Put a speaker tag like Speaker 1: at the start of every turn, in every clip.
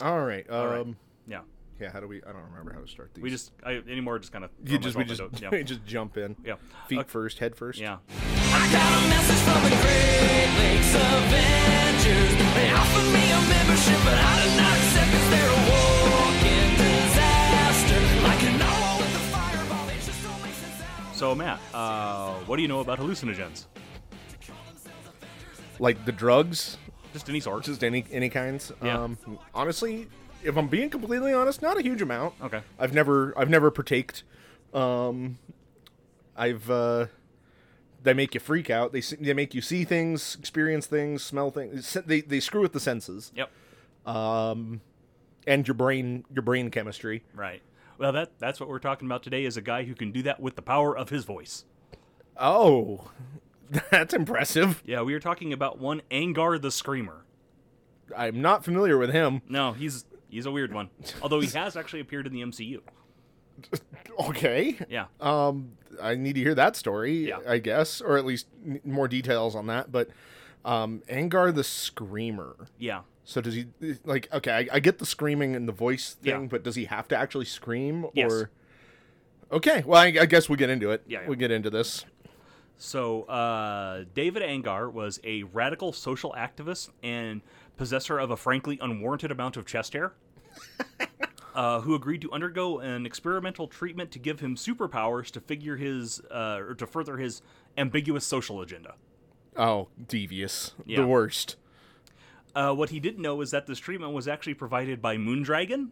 Speaker 1: All right. Mm-hmm. Um,
Speaker 2: All right. Yeah.
Speaker 1: Yeah. How do we? I don't remember how to start these.
Speaker 2: We just I, anymore just kind of
Speaker 1: You just we just
Speaker 2: yeah
Speaker 1: we just jump in.
Speaker 2: yeah
Speaker 1: Feet
Speaker 2: Okay,
Speaker 1: first, head first.
Speaker 2: yeah
Speaker 3: I got a message from the Great Lakes Avengers. They offered me a membership, but I did not accept 'cause they're a walking disaster. Like an owl with a fireball, it just don't make sense at all.
Speaker 2: so Matt uh, what do you know about hallucinogens
Speaker 1: Like the drugs,
Speaker 2: just any sort
Speaker 1: just any any kinds.
Speaker 2: Yeah.
Speaker 1: Um, honestly, if I'm being completely honest, not a huge amount.
Speaker 2: okay
Speaker 1: I've never I've never partaked. Um, I've uh, they make you freak out. They se- they make you see things, experience things, smell things. Se- They they screw with the senses
Speaker 2: yep
Speaker 1: and your brain your brain chemistry.
Speaker 2: right well that that's what we're talking about today is a guy who can do that with the power of his voice
Speaker 1: Oh, that's impressive.
Speaker 2: yeah we are talking about one Angar the Screamer
Speaker 1: I'm not familiar with him.
Speaker 2: no he's he's a weird one although he has actually appeared in the MCU
Speaker 1: Okay.
Speaker 2: yeah
Speaker 1: Um, I need to hear that story,
Speaker 2: Yeah.
Speaker 1: I guess, or at least n- more details on that. But um, Angar the Screamer.
Speaker 2: yeah
Speaker 1: So does he like? Okay, I, I get the screaming and the voice thing,
Speaker 2: Yeah.
Speaker 1: but does he have to actually scream?
Speaker 2: Yes.
Speaker 1: Or okay, well, I, I guess we'll get into it.
Speaker 2: Yeah, yeah.
Speaker 1: we'll get into this.
Speaker 2: So, uh, David Angar was a radical social activist and possessor of a frankly unwarranted amount of chest hair, uh, who agreed to undergo an experimental treatment to give him superpowers to figure his uh, or to further his ambiguous social agenda.
Speaker 1: Oh, devious,
Speaker 2: Yeah.
Speaker 1: the worst.
Speaker 2: Uh, what he didn't know is that this treatment was actually provided by Moondragon,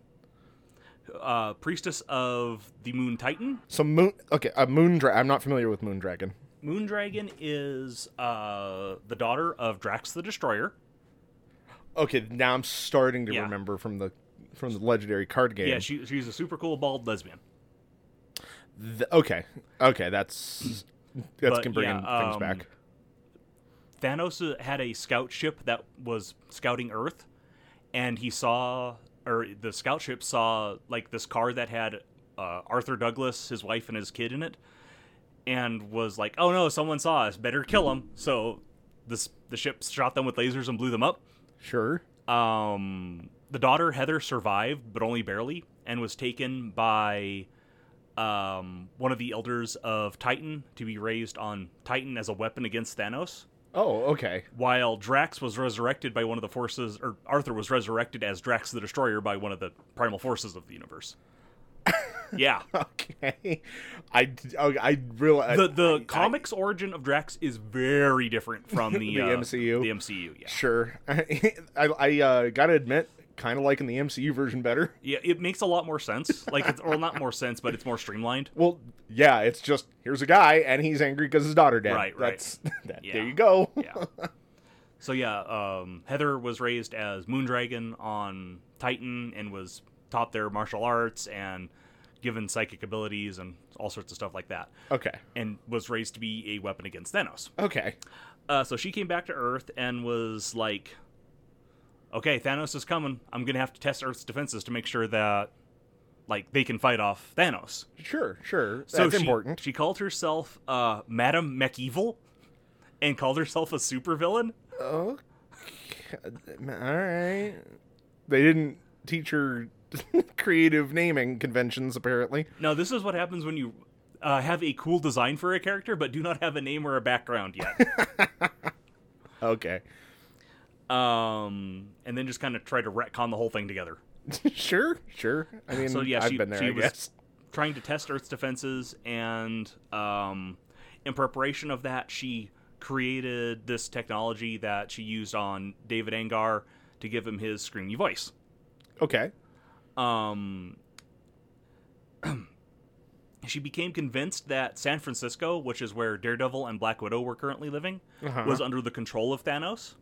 Speaker 2: uh, priestess of the Moon Titan.
Speaker 1: So moon. Okay, a moon. Dra- I'm not familiar with Moon Dragon.
Speaker 2: Moondragon is uh, the daughter of Drax the Destroyer.
Speaker 1: Okay, now I'm starting to
Speaker 2: Yeah.
Speaker 1: remember from the from the legendary card game.
Speaker 2: Yeah, she, she's a super cool bald lesbian.
Speaker 1: Th- okay, okay, that's that's
Speaker 2: But,
Speaker 1: can bring
Speaker 2: yeah,
Speaker 1: things
Speaker 2: um,
Speaker 1: back.
Speaker 2: Thanos uh, had a scout ship that was scouting Earth, and he saw, or the scout ship saw, like this car that had uh, Arthur Douglas, his wife, and his kid in it, and was like, "Oh no, someone saw us! Better kill them!" So, this the ship shot them with lasers and blew them up.
Speaker 1: Sure.
Speaker 2: Um, the daughter Heather survived, but only barely, and was taken by um, one of the elders of Titan to be raised on Titan as a weapon against Thanos
Speaker 1: Oh, okay.
Speaker 2: while Drax was resurrected by one of the forces, or Arthur was resurrected as Drax the Destroyer by one of the primal forces of the universe. yeah,
Speaker 1: Okay, I d- I, I realize
Speaker 2: the the comics origin of Drax is very different from the,
Speaker 1: The
Speaker 2: uh,
Speaker 1: MCU.
Speaker 2: The MCU, yeah,
Speaker 1: Sure. I, I uh, gotta admit, kind of liking the MCU version better.
Speaker 2: yeah, it makes a lot more sense. Like, it's, well, not more sense, but it's more streamlined.
Speaker 1: Well, yeah, it's just here's a guy and he's angry because his daughter died.
Speaker 2: Right, right.
Speaker 1: That's that.
Speaker 2: Yeah.
Speaker 1: There you go.
Speaker 2: Yeah. So yeah, um, Heather was raised as Moondragon on Titan and was taught their martial arts and given psychic abilities and all sorts of stuff like that.
Speaker 1: Okay.
Speaker 2: and was raised to be a weapon against Thanos.
Speaker 1: Okay.
Speaker 2: Uh, so she came back to Earth and was like, "Okay, Thanos is coming. I'm gonna have to test Earth's defenses to make sure that, like, they can fight off Thanos."
Speaker 1: Sure. Sure.
Speaker 2: So
Speaker 1: That's
Speaker 2: she,
Speaker 1: important.
Speaker 2: She called herself uh, Madam McEvil, and called herself a supervillain.
Speaker 1: Okay. All right. They didn't teach her creative naming conventions apparently.
Speaker 2: Now this is what happens when you uh, have a cool design for a character, but do not have a name or a background yet.
Speaker 1: Okay.
Speaker 2: um, and then just kind of try to retcon the whole thing together.
Speaker 1: sure. Sure. I mean,
Speaker 2: So, yeah,
Speaker 1: I've
Speaker 2: she-
Speaker 1: been there.
Speaker 2: she
Speaker 1: I
Speaker 2: was-
Speaker 1: guess.
Speaker 2: trying to test Earth's defenses, and um, in preparation of that, she created this technology that she used on David Angar to give him his screamy voice.
Speaker 1: Okay.
Speaker 2: Um, she became convinced that San Francisco, which is where Daredevil and Black Widow were currently living,
Speaker 1: Uh-huh.
Speaker 2: was under the control of Thanos.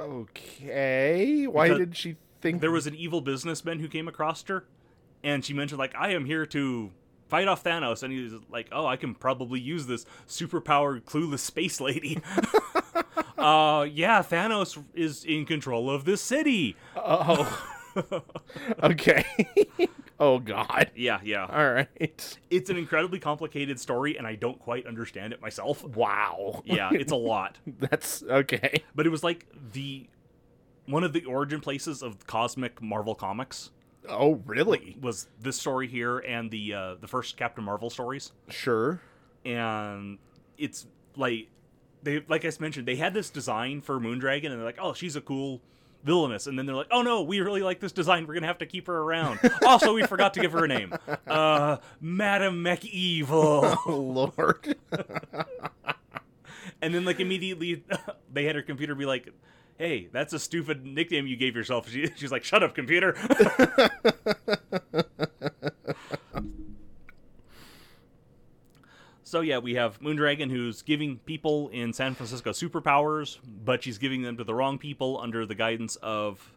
Speaker 1: Okay. Why
Speaker 2: Because
Speaker 1: did she think
Speaker 2: There was an evil businessman who came across her, and she mentioned like, "I am here to fight off Thanos," and he was like, "Oh, I can probably use this superpowered, clueless space lady." uh, yeah, Thanos is in control of this city.
Speaker 1: Oh. okay. oh God.
Speaker 2: Yeah, yeah.
Speaker 1: All right.
Speaker 2: It's an incredibly complicated story, and I don't quite understand it myself.
Speaker 1: Wow.
Speaker 2: Yeah, it's a lot,
Speaker 1: That's okay.
Speaker 2: but it was like the one of the origin places of cosmic Marvel comics
Speaker 1: Oh, really?
Speaker 2: was this story here and the uh, the first Captain Marvel stories.
Speaker 1: Sure.
Speaker 2: and it's like they like I mentioned they had this design for Moondragon and they're like oh she's a cool villainess and then they're like oh no we really like this design we're gonna have to keep her around also we forgot to give her a name uh Madam McEvil
Speaker 1: Oh, Lord.
Speaker 2: and then like immediately they had her computer be like hey that's a stupid nickname you gave yourself she, she's like shut up computer So yeah, we have Moondragon who's giving people in San Francisco superpowers, but she's giving them to the wrong people under the guidance of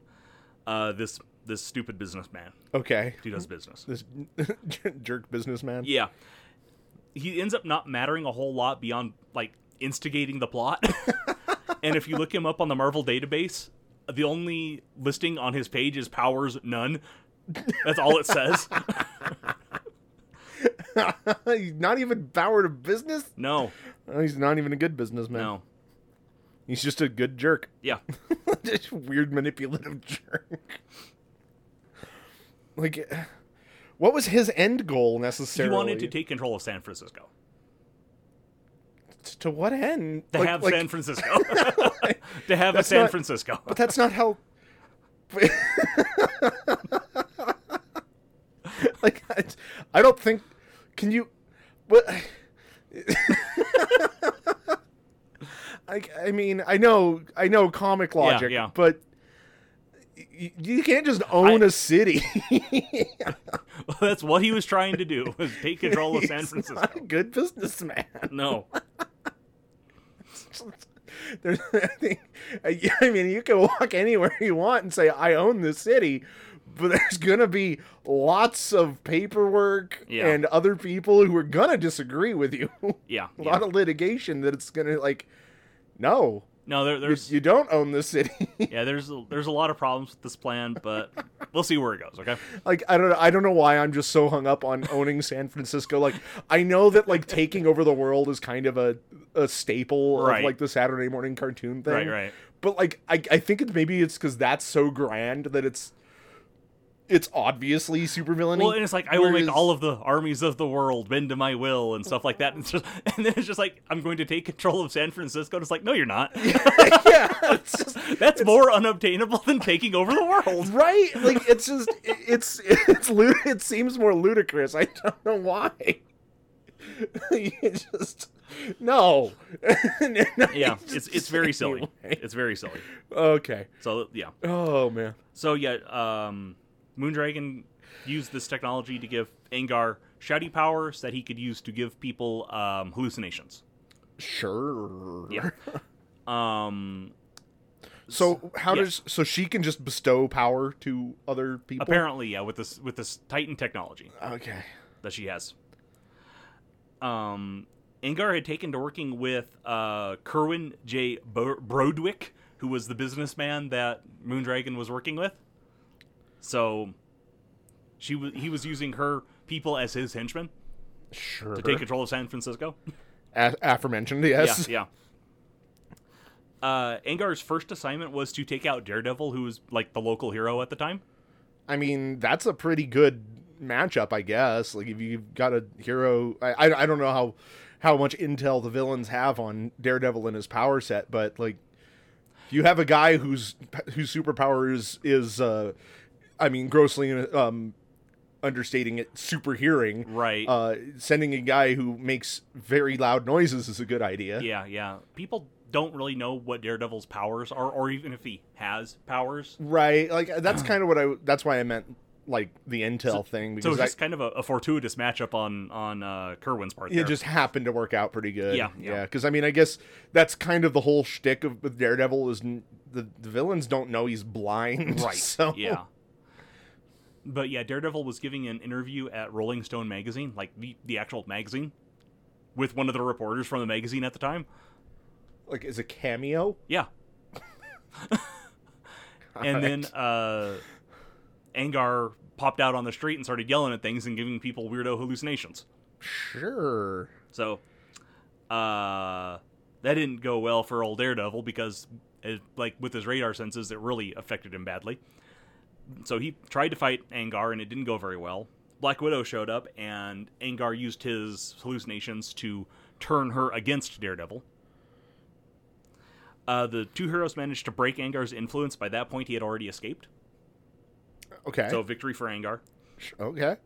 Speaker 2: uh, this this stupid businessman
Speaker 1: okay.
Speaker 2: who does business.
Speaker 1: This jerk businessman.
Speaker 2: Yeah, he ends up not mattering a whole lot beyond like instigating the plot. and if you look him up on the Marvel database, the only listing on his page is powers none. That's all it says.
Speaker 1: he's not even powered of business.
Speaker 2: No,
Speaker 1: Oh, He's not even a good businessman.
Speaker 2: no,
Speaker 1: He's just a good jerk.
Speaker 2: yeah.
Speaker 1: just weird manipulative jerk. Like, what was his end goal
Speaker 2: He
Speaker 1: necessarily?
Speaker 2: wanted to take control of San Francisco.
Speaker 1: to what end?
Speaker 2: to
Speaker 1: Like-
Speaker 2: have
Speaker 1: like-
Speaker 2: San Francisco. to have a
Speaker 1: That's
Speaker 2: San
Speaker 1: not-
Speaker 2: Francisco.
Speaker 1: But that's not how. like, I, I don't think. Can you? What? I, I mean, I know, I know comic logic,
Speaker 2: yeah.
Speaker 1: but you, you can't just own a
Speaker 2: I-
Speaker 1: city.
Speaker 2: That's what he was trying to do was take control of San
Speaker 1: He's
Speaker 2: Francisco.
Speaker 1: not a good businessman.
Speaker 2: No.
Speaker 1: There's, I think, I I mean, you can walk anywhere you want and say, I own the city, but there's going to be lots of paperwork
Speaker 2: Yeah.
Speaker 1: and other people who are going to disagree with you.
Speaker 2: Yeah.
Speaker 1: A
Speaker 2: yeah.
Speaker 1: lot of litigation that it's going to, like, no,
Speaker 2: No, there,
Speaker 1: you,
Speaker 2: there's
Speaker 1: you don't own the city.
Speaker 2: yeah, there's a- there's a lot of problems with this plan, but we'll see where it goes, okay?
Speaker 1: like, I don't know. I don't know why I'm just so hung up on owning San Francisco. Like, I know that, like, taking over the world is kind of a, a staple
Speaker 2: Right.
Speaker 1: of, like, the Saturday morning cartoon thing.
Speaker 2: Right, right.
Speaker 1: but like I, I think it's maybe it's because that's so grand that it's it's obviously super villainy.
Speaker 2: Well, and it's like I will make all of the armies of the world bend to my will and stuff like that. And, it's just, and then it's just like I'm going to take control of San Francisco. And it's like no, you're not.
Speaker 1: yeah, it's just,
Speaker 2: That's more unobtainable than taking over the world.
Speaker 1: right. Like it's just it- it's it's lud- it seems more ludicrous. I don't know why. It just no.
Speaker 2: Yeah, it's it's very silly. It's very silly.
Speaker 1: Okay.
Speaker 2: So yeah.
Speaker 1: Oh man.
Speaker 2: So yeah, um, Moondragon used this technology to give Angar shouty powers that he could use to give people um, hallucinations.
Speaker 1: Sure.
Speaker 2: Yeah. Um,
Speaker 1: So how
Speaker 2: Yeah.
Speaker 1: does so she can just bestow power to other people?
Speaker 2: apparently, yeah, with this with this Titan technology
Speaker 1: Okay.
Speaker 2: that she has. Um, Angar had taken to working with uh, Kerwin J. Bo- Brodwick, who was the businessman that Moondragon was working with. So, she was he was using her people as his henchmen.
Speaker 1: Sure.
Speaker 2: to take control of San Francisco.
Speaker 1: A- aforementioned, yes.
Speaker 2: Yeah, yeah. Uh, Angar's first assignment was to take out Daredevil, who was like the local hero at the time.
Speaker 1: I mean, that's a pretty good matchup, I guess. Like if you've got a hero, I, I, I don't know how how much intel the villains have on Daredevil and his power set, but like if you have a guy whose whose superpower is is uh, I mean, grossly um understating it, superhearing.
Speaker 2: Right.
Speaker 1: Uh, sending a guy who makes very loud noises is a good idea.
Speaker 2: Yeah, yeah. People don't really know what Daredevil's powers are, or even if he has powers.
Speaker 1: Right. Like that's kind of what I. That's why I meant like the intel thing
Speaker 2: So
Speaker 1: because
Speaker 2: it's
Speaker 1: I,
Speaker 2: just kind of a, a fortuitous matchup on on uh, Kerwin's part.
Speaker 1: it
Speaker 2: There.
Speaker 1: just happened to work out pretty good.
Speaker 2: Yeah, yeah.
Speaker 1: yeah. Because I mean, I guess that's kind of the whole shtick of with Daredevil is n- the, the villains don't know he's blind,
Speaker 2: right.
Speaker 1: So
Speaker 2: Yeah. But yeah, Daredevil was giving an interview at Rolling Stone magazine, like the, the actual magazine, with one of the reporters from the magazine at the time.
Speaker 1: like is a cameo.
Speaker 2: Yeah. and then uh, Angar popped out on the street and started yelling at things and giving people weirdo hallucinations.
Speaker 1: Sure.
Speaker 2: So uh, that didn't go well for old Daredevil because It, like with his radar senses, it really affected him badly. So he tried to fight Angar, and it didn't go very well. Black Widow showed up, and Angar used his hallucinations to turn her against Daredevil. Uh, the two heroes managed to break Angar's influence. By that point, he had already escaped.
Speaker 1: Okay.
Speaker 2: So victory for Angar.
Speaker 1: okay.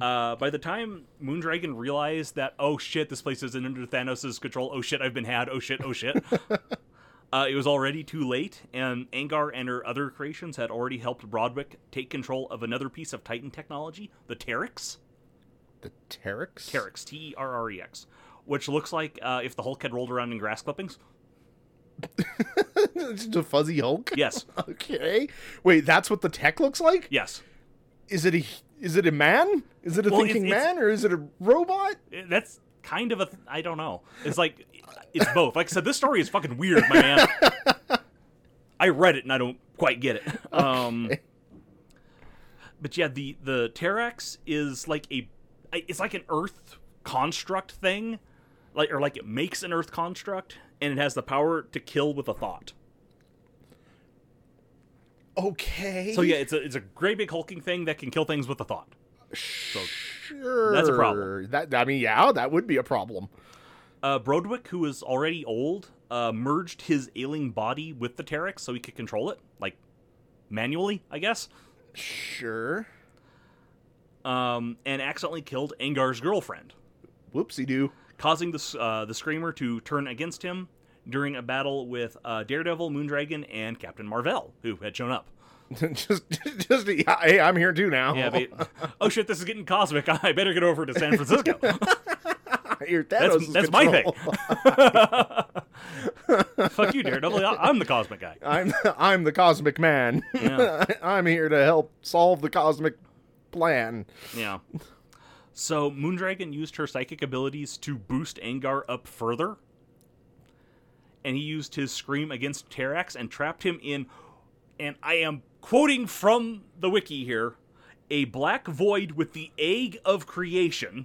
Speaker 2: Uh, by the time Moondragon realized that, oh shit, this place isn't under Thanos' control, oh shit, I've been had, oh shit, oh shit, uh, it was already too late, and Angar and her other creations had already helped Broadwick take control of another piece of Titan technology, the Terex.
Speaker 1: The Terex.
Speaker 2: Terex, T E R R E X, which looks like uh, if the Hulk had rolled around in grass clippings.
Speaker 1: Just a fuzzy Hulk.
Speaker 2: Yes,
Speaker 1: Okay. Wait, that's what the tech looks like.
Speaker 2: yes.
Speaker 1: Is it a is it a man? Is it a
Speaker 2: Well, it's-
Speaker 1: thinking
Speaker 2: it's-
Speaker 1: man or is it a robot?
Speaker 2: Eh, That's kind of a. Th- I don't know. It's like, it's both. Like I said, this story is fucking weird, my man. I read it and I don't quite get it. Um, But yeah, the the Terex is like a, it's like an Earth construct thing, like or like it makes an Earth construct and it has the power to kill with a thought.
Speaker 1: Okay.
Speaker 2: So yeah, it's a it's a great big hulking thing that can kill things with a thought.
Speaker 1: sure.
Speaker 2: that's a problem.
Speaker 1: That I mean, yeah, that would be a problem.
Speaker 2: Uh, Broadwick, who is already old, uh, merged his ailing body with the Terex so he could control it, like manually, I guess.
Speaker 1: Sure.
Speaker 2: Um, and accidentally killed Angar's girlfriend,
Speaker 1: Whoopsie doo.
Speaker 2: causing the s- uh, the Screamer to turn against him during a battle with uh, Daredevil, Moondragon, and Captain Marvel, who had shown up.
Speaker 1: just, just yeah, hey, I'm here too now.
Speaker 2: Yeah, but, oh shit, this is getting cosmic. I better get over to San Francisco.
Speaker 1: Your Thanos'
Speaker 2: That's, that's my thing.
Speaker 1: control.
Speaker 2: Fuck you, Daredevil. I- I'm the cosmic guy.
Speaker 1: I'm I'm the cosmic man.
Speaker 2: Yeah.
Speaker 1: I'm here to help solve the cosmic plan.
Speaker 2: Yeah. So Moondragon used her psychic abilities to boost Angar up further. And he used his scream against Terax and trapped him in and I am quoting from the wiki here, a black void with the egg of creation,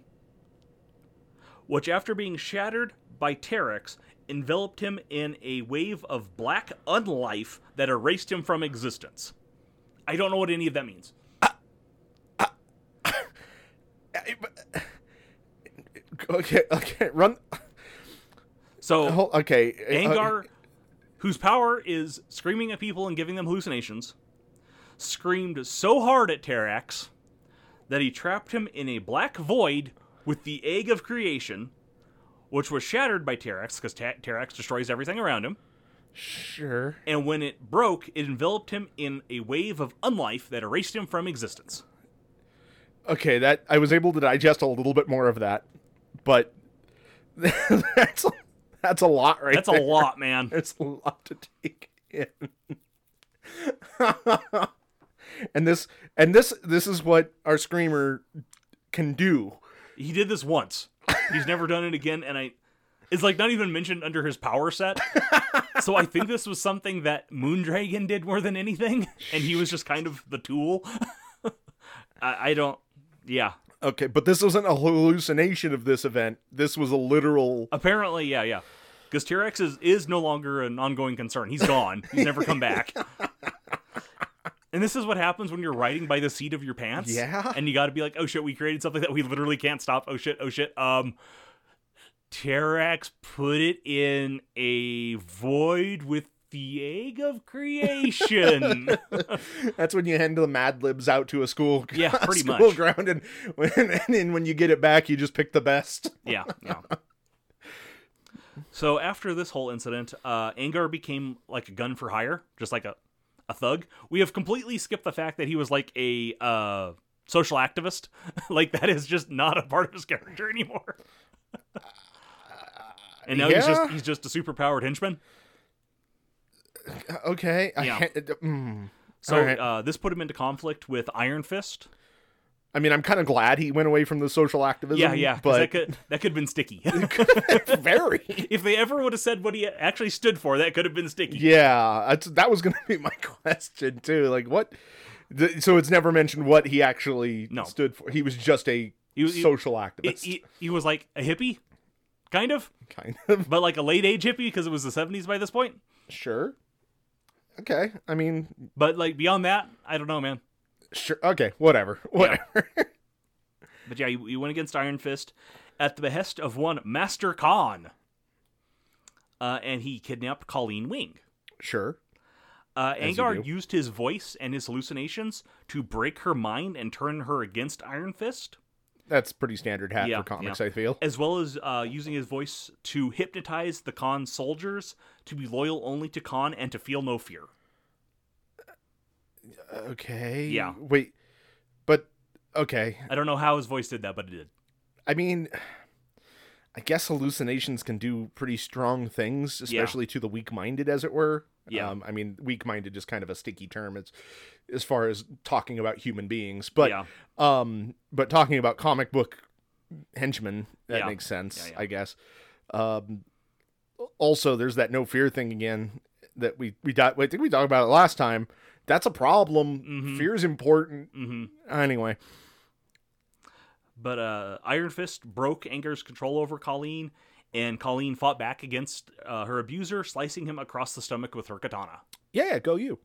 Speaker 2: which after being shattered by Terax, enveloped him in a wave of black unlife that erased him from existence. I don't know what any of that means.
Speaker 1: Uh, Okay, okay, run.
Speaker 2: So
Speaker 1: hol- Okay, uh,
Speaker 2: Angar, whose power is screaming at people and giving them hallucinations, screamed so hard at Terax that he trapped him in a black void with the egg of creation, which was shattered by Terax because Ta- Terax destroys everything around him.
Speaker 1: sure.
Speaker 2: And when it broke, it enveloped him in a wave of unlife that erased him from existence.
Speaker 1: Okay, that I was able to digest a little bit more of that, but that's a, that's a lot, right?
Speaker 2: That's a
Speaker 1: there.
Speaker 2: lot, man.
Speaker 1: It's a lot to take in. and this and this this is what our screamer can do.
Speaker 2: He did this once. He's never done it again, and I it's like not even mentioned under his power set. so I think this was something that Moondragon did more than anything, and he was just kind of the tool. I, I don't yeah.
Speaker 1: Okay, but this wasn't a hallucination of this event. This was a literal
Speaker 2: Apparently, yeah, yeah. Because T-Rex is, is no longer an ongoing concern. He's gone. He's never come back. And this is what happens when you're riding by the seat of your pants.
Speaker 1: Yeah.
Speaker 2: And you got to be like, oh shit, we created something that we literally can't stop. Oh shit, oh shit. Um, T-Rex put it in a void with the egg of creation.
Speaker 1: That's when you hand the Mad Libs out to a school,
Speaker 2: Yeah, pretty
Speaker 1: school
Speaker 2: much.
Speaker 1: ground, and when, and then when you get it back, you just pick the best.
Speaker 2: yeah, yeah. So after this whole incident, uh, Angar became like a gun for hire, just like a, a thug. We have completely skipped the fact that he was like a uh, social activist. like that is just not a part of his character anymore. and now he's
Speaker 1: yeah.
Speaker 2: just he's just a superpowered henchman.
Speaker 1: Okay, I
Speaker 2: Yeah.
Speaker 1: ha- mm.
Speaker 2: So
Speaker 1: Alright.
Speaker 2: uh, this put him into conflict with Iron Fist.
Speaker 1: I mean, I'm kind of glad he went away from the social activism.
Speaker 2: Yeah, yeah, 'cause that
Speaker 1: but
Speaker 2: could that could have been sticky.
Speaker 1: very.
Speaker 2: if they ever would have said what he actually stood for, that could have been sticky.
Speaker 1: Yeah, that's, that was going to be my question too. Like, what? The, so it's never mentioned what he actually
Speaker 2: No.
Speaker 1: stood for. He was just a
Speaker 2: He was- he-
Speaker 1: social
Speaker 2: It-
Speaker 1: activist.
Speaker 2: he, he was like a hippie kind of,
Speaker 1: kind of.
Speaker 2: but like a late age hippie because it was the 70s by this point.
Speaker 1: Sure. Okay. I mean,
Speaker 2: But like beyond that, I don't know, man.
Speaker 1: sure. Okay. Whatever. Whatever.
Speaker 2: But yeah, you, you went against Iron Fist at the behest of one Master Khan. Uh, and he kidnapped Colleen Wing.
Speaker 1: sure.
Speaker 2: Uh,
Speaker 1: As you
Speaker 2: Angar
Speaker 1: do.
Speaker 2: used his voice and his hallucinations to break her mind and turn her against Iron Fist,
Speaker 1: That's pretty standard hat
Speaker 2: Yeah,
Speaker 1: for comics,
Speaker 2: yeah.
Speaker 1: I feel.
Speaker 2: as well as uh, using his voice to hypnotize the Khan soldiers to be loyal only to Khan and to feel no fear.
Speaker 1: Okay.
Speaker 2: Yeah.
Speaker 1: Wait. But okay.
Speaker 2: I don't know how his voice did that, but it did.
Speaker 1: I mean, I guess hallucinations can do pretty strong things, especially to the weak-minded, as it were.
Speaker 2: Yeah.
Speaker 1: Um, I mean, weak-minded is kind of a sticky term. It's as far as talking about human beings, but
Speaker 2: yeah,
Speaker 1: um, but talking about comic book henchmen, that
Speaker 2: Yeah.
Speaker 1: makes sense,
Speaker 2: Yeah, yeah.
Speaker 1: I guess. Um, also, there's that no fear thing again that we we di- I think we talked about it last time. That's a problem.
Speaker 2: Mhm.
Speaker 1: Fear is important
Speaker 2: hmm
Speaker 1: anyway.
Speaker 2: But uh, Iron Fist broke Angar's control over Colleen, and Colleen fought back against uh, her abuser, slicing him across the stomach with her katana.
Speaker 1: Yeah, go you.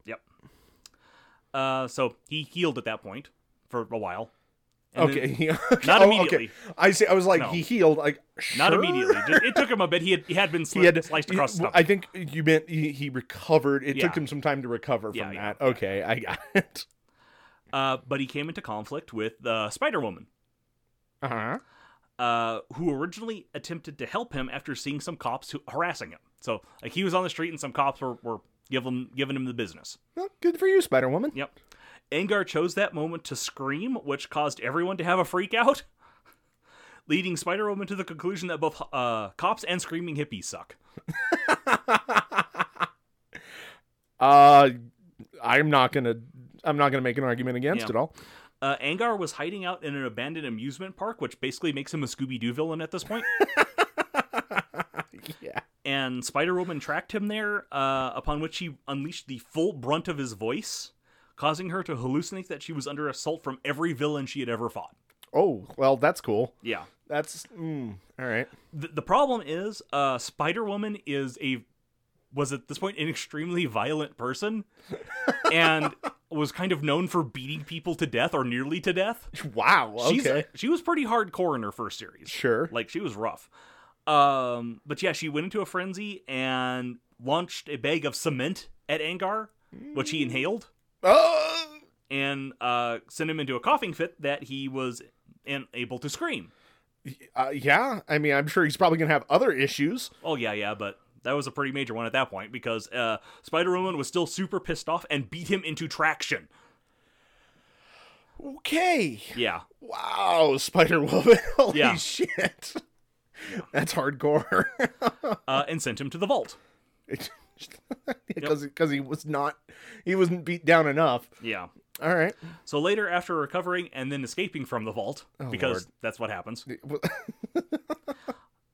Speaker 2: Uh, so he healed at that point for a while. And
Speaker 1: Okay.
Speaker 2: then-
Speaker 1: Oh,
Speaker 2: not
Speaker 1: okay.
Speaker 2: immediately.
Speaker 1: I see. I was like,
Speaker 2: No.
Speaker 1: he healed. Like,
Speaker 2: Not
Speaker 1: sure?
Speaker 2: immediately. Just- it took him a bit. He had he had been sli-
Speaker 1: He had
Speaker 2: sliced across the
Speaker 1: he-
Speaker 2: stomach.
Speaker 1: I think you meant he, he recovered. It took
Speaker 2: Yeah.
Speaker 1: him some time to recover
Speaker 2: Yeah,
Speaker 1: from
Speaker 2: yeah,
Speaker 1: that. Okay, I got it.
Speaker 2: uh, but he came into conflict with uh, Spider Woman,
Speaker 1: Uh huh.
Speaker 2: uh, who originally attempted to help him after seeing some cops who- harassing him. So like he was on the street and some cops were, were giving him giving him the business.
Speaker 1: Well, good for you, Spider Woman.
Speaker 2: Yep. Angar chose that moment to scream, which caused everyone to have a freak out, leading Spider Woman to the conclusion that both uh, cops and screaming hippies suck.
Speaker 1: Uh, I'm not gonna. I'm not gonna make an argument against
Speaker 2: Yeah.
Speaker 1: it all.
Speaker 2: Uh, Angar was hiding out in an abandoned amusement park, which basically makes him a Scooby Doo villain at this point.
Speaker 1: Yeah.
Speaker 2: and Spider Woman tracked him there, uh, upon which he unleashed the full brunt of his voice, causing her to hallucinate that she was under assault from every villain she had ever fought.
Speaker 1: Oh well, that's cool.
Speaker 2: Yeah.
Speaker 1: That's mm, all right.
Speaker 2: the, the problem is uh spider woman is a was at this point an extremely violent person and was kind of known for beating people to death or nearly to death
Speaker 1: Wow. Okay.
Speaker 2: She's, she was pretty hardcore in her first series
Speaker 1: sure.
Speaker 2: like she was rough um but yeah she went into a frenzy and launched a bag of cement at angar which he inhaled
Speaker 1: oh.
Speaker 2: and uh sent him into a coughing fit that he was unable to scream
Speaker 1: Uh, yeah. I mean, I'm sure he's probably gonna have other issues.
Speaker 2: Oh yeah, yeah, but that was a pretty major one at that point because uh, Spider Woman was still super pissed off and beat him into traction.
Speaker 1: Okay.
Speaker 2: Yeah,
Speaker 1: Wow, Spider Woman. Holy
Speaker 2: Yeah.
Speaker 1: shit. That's hardcore.
Speaker 2: uh, and sent him to the vault.
Speaker 1: Because he was not, he wasn't beat down enough.
Speaker 2: Yeah.
Speaker 1: All right.
Speaker 2: So later, after recovering and then escaping from the vault, because that's what happens,